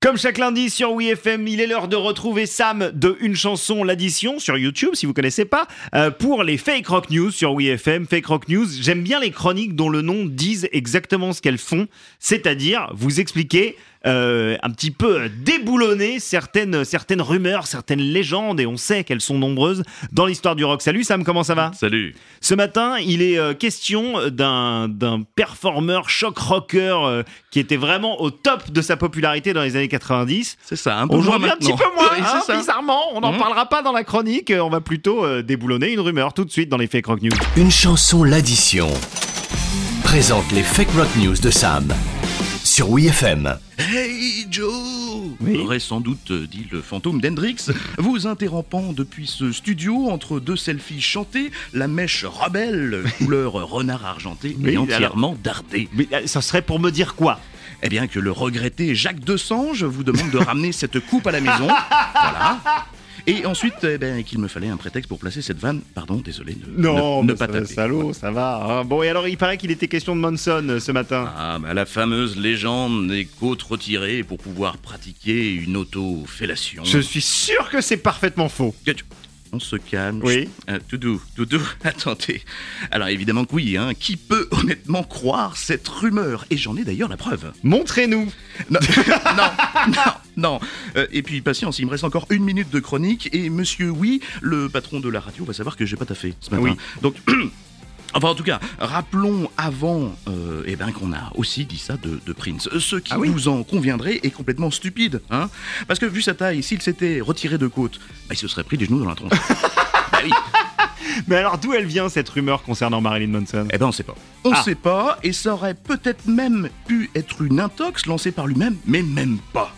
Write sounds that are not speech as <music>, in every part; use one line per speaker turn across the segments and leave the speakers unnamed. Comme chaque lundi sur WeFM, il est l'heure de retrouver Sam de Une Chanson, l'addition sur YouTube, si vous connaissez pas, euh, pour les Fake Rock News sur WeFM. Fake Rock News, j'aime bien les chroniques dont le nom disent exactement ce qu'elles font, c'est-à-dire vous expliquer euh, un petit peu euh, déboulonner certaines, certaines rumeurs, certaines légendes, et on sait qu'elles sont nombreuses dans l'histoire du rock. Salut Sam, comment ça va
Salut.
Ce matin, il est euh, question d'un d'un performeur choc rocker euh, qui était vraiment au top de sa popularité dans les années 90.
C'est ça, un peu moins
Aujourd'hui, un petit
maintenant.
peu moins,
Oui,
hein,
c'est ça.
bizarrement. On n'en
Mhm.
parlera pas dans la chronique. euh, On va plutôt euh, déboulonner une rumeur tout de suite dans les Fake Rock News.
Une chanson l'addition présente les fake rock news de Sam sur WeFM.
Hey Joe
Oui.
aurait sans doute euh, dit le fantôme d'Hendrix, <laughs> vous interrompant depuis ce studio entre deux selfies chantés, la mèche rebelle, <laughs> couleur renard argenté
Oui,
et
alors-
entièrement dardée.
Mais euh, ça serait pour me dire quoi
Eh bien que le regretté Jacques Desange vous demande de ramener cette coupe à
<laughs>
la maison. Voilà. Et ensuite, eh ben, qu'il me fallait un prétexte pour placer cette vanne. Pardon, désolé, ne, ne- ne
mais
pas
ça va,
taper.
salaud, ça va. hein. Bon, et alors, il paraît qu'il était question de Manson euh, ce matin.
Ah, bah, la fameuse légende des côtes retirées pour pouvoir pratiquer une auto-fellation.
Je suis sûr que c'est parfaitement faux.
Que tu- On se calme.
Oui.
Euh, tout doux, tout doux, <laughs> attendez. Alors évidemment que oui, hein. qui peut honnêtement croire cette rumeur Et j'en ai d'ailleurs la preuve.
Montrez-nous.
<laughs> Non, non, non, non. Euh, et puis patience, il me reste encore une minute de chronique et monsieur oui, le patron de la radio va savoir que j'ai pas taffé ce matin.
Oui.
Donc... <clears throat> Enfin, en tout cas, rappelons avant euh, eh ben, qu'on a aussi dit ça de, de Prince. Euh, Ce qui,
Ah oui
vous en conviendrez, est complètement stupide. Hein Parce que, vu sa taille, s'il s'était retiré de côte, bah, il se serait pris des genoux dans la tronche. bah oui,
Mais alors, d'où elle vient cette rumeur concernant Marilyn Manson
Eh ben on sait pas. On
Ah.
sait pas, et ça aurait peut-être même pu être une intox lancée par lui-même, mais même pas.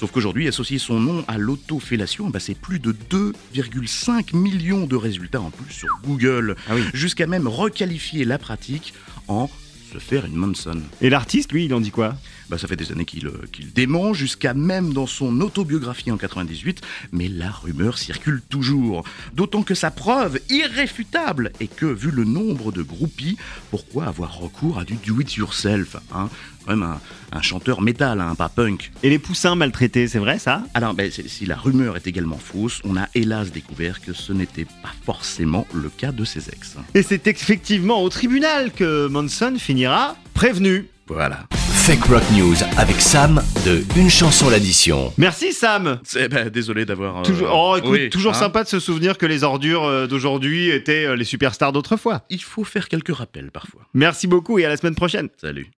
Sauf qu'aujourd'hui, associer son nom à l'autofellation, bah, c'est plus de 2,5 millions de résultats en plus sur Google,
Ah oui.
jusqu'à même requalifier la pratique en se faire une Manson.
Et l'artiste, lui, il en dit quoi
Bah, ça fait des années qu'il euh, qu'il dément, jusqu'à même dans son autobiographie en 98, mais la rumeur circule toujours. D'autant que sa preuve irréfutable est que, vu le nombre de groupies, pourquoi avoir recours à du do-it-yourself hein Quand même un, un chanteur métal, hein, pas punk.
Et les poussins maltraités, c'est vrai ça
Alors, ben, c'est- si la rumeur est également fausse, on a hélas découvert que ce n'était pas forcément le cas de ses ex.
Et c'est effectivement au tribunal que Manson finira prévenu.
Voilà.
Fake rock news avec Sam de Une chanson l'addition.
Merci Sam
C'est- ben, désolé d'avoir... euh,
Toujours, oh, écoute,
oui,
toujours
hein.
sympa de se souvenir que les ordures euh, d'aujourd'hui étaient euh, les superstars d'autrefois.
Il faut faire quelques rappels parfois.
Merci beaucoup et à la semaine prochaine.
Salut.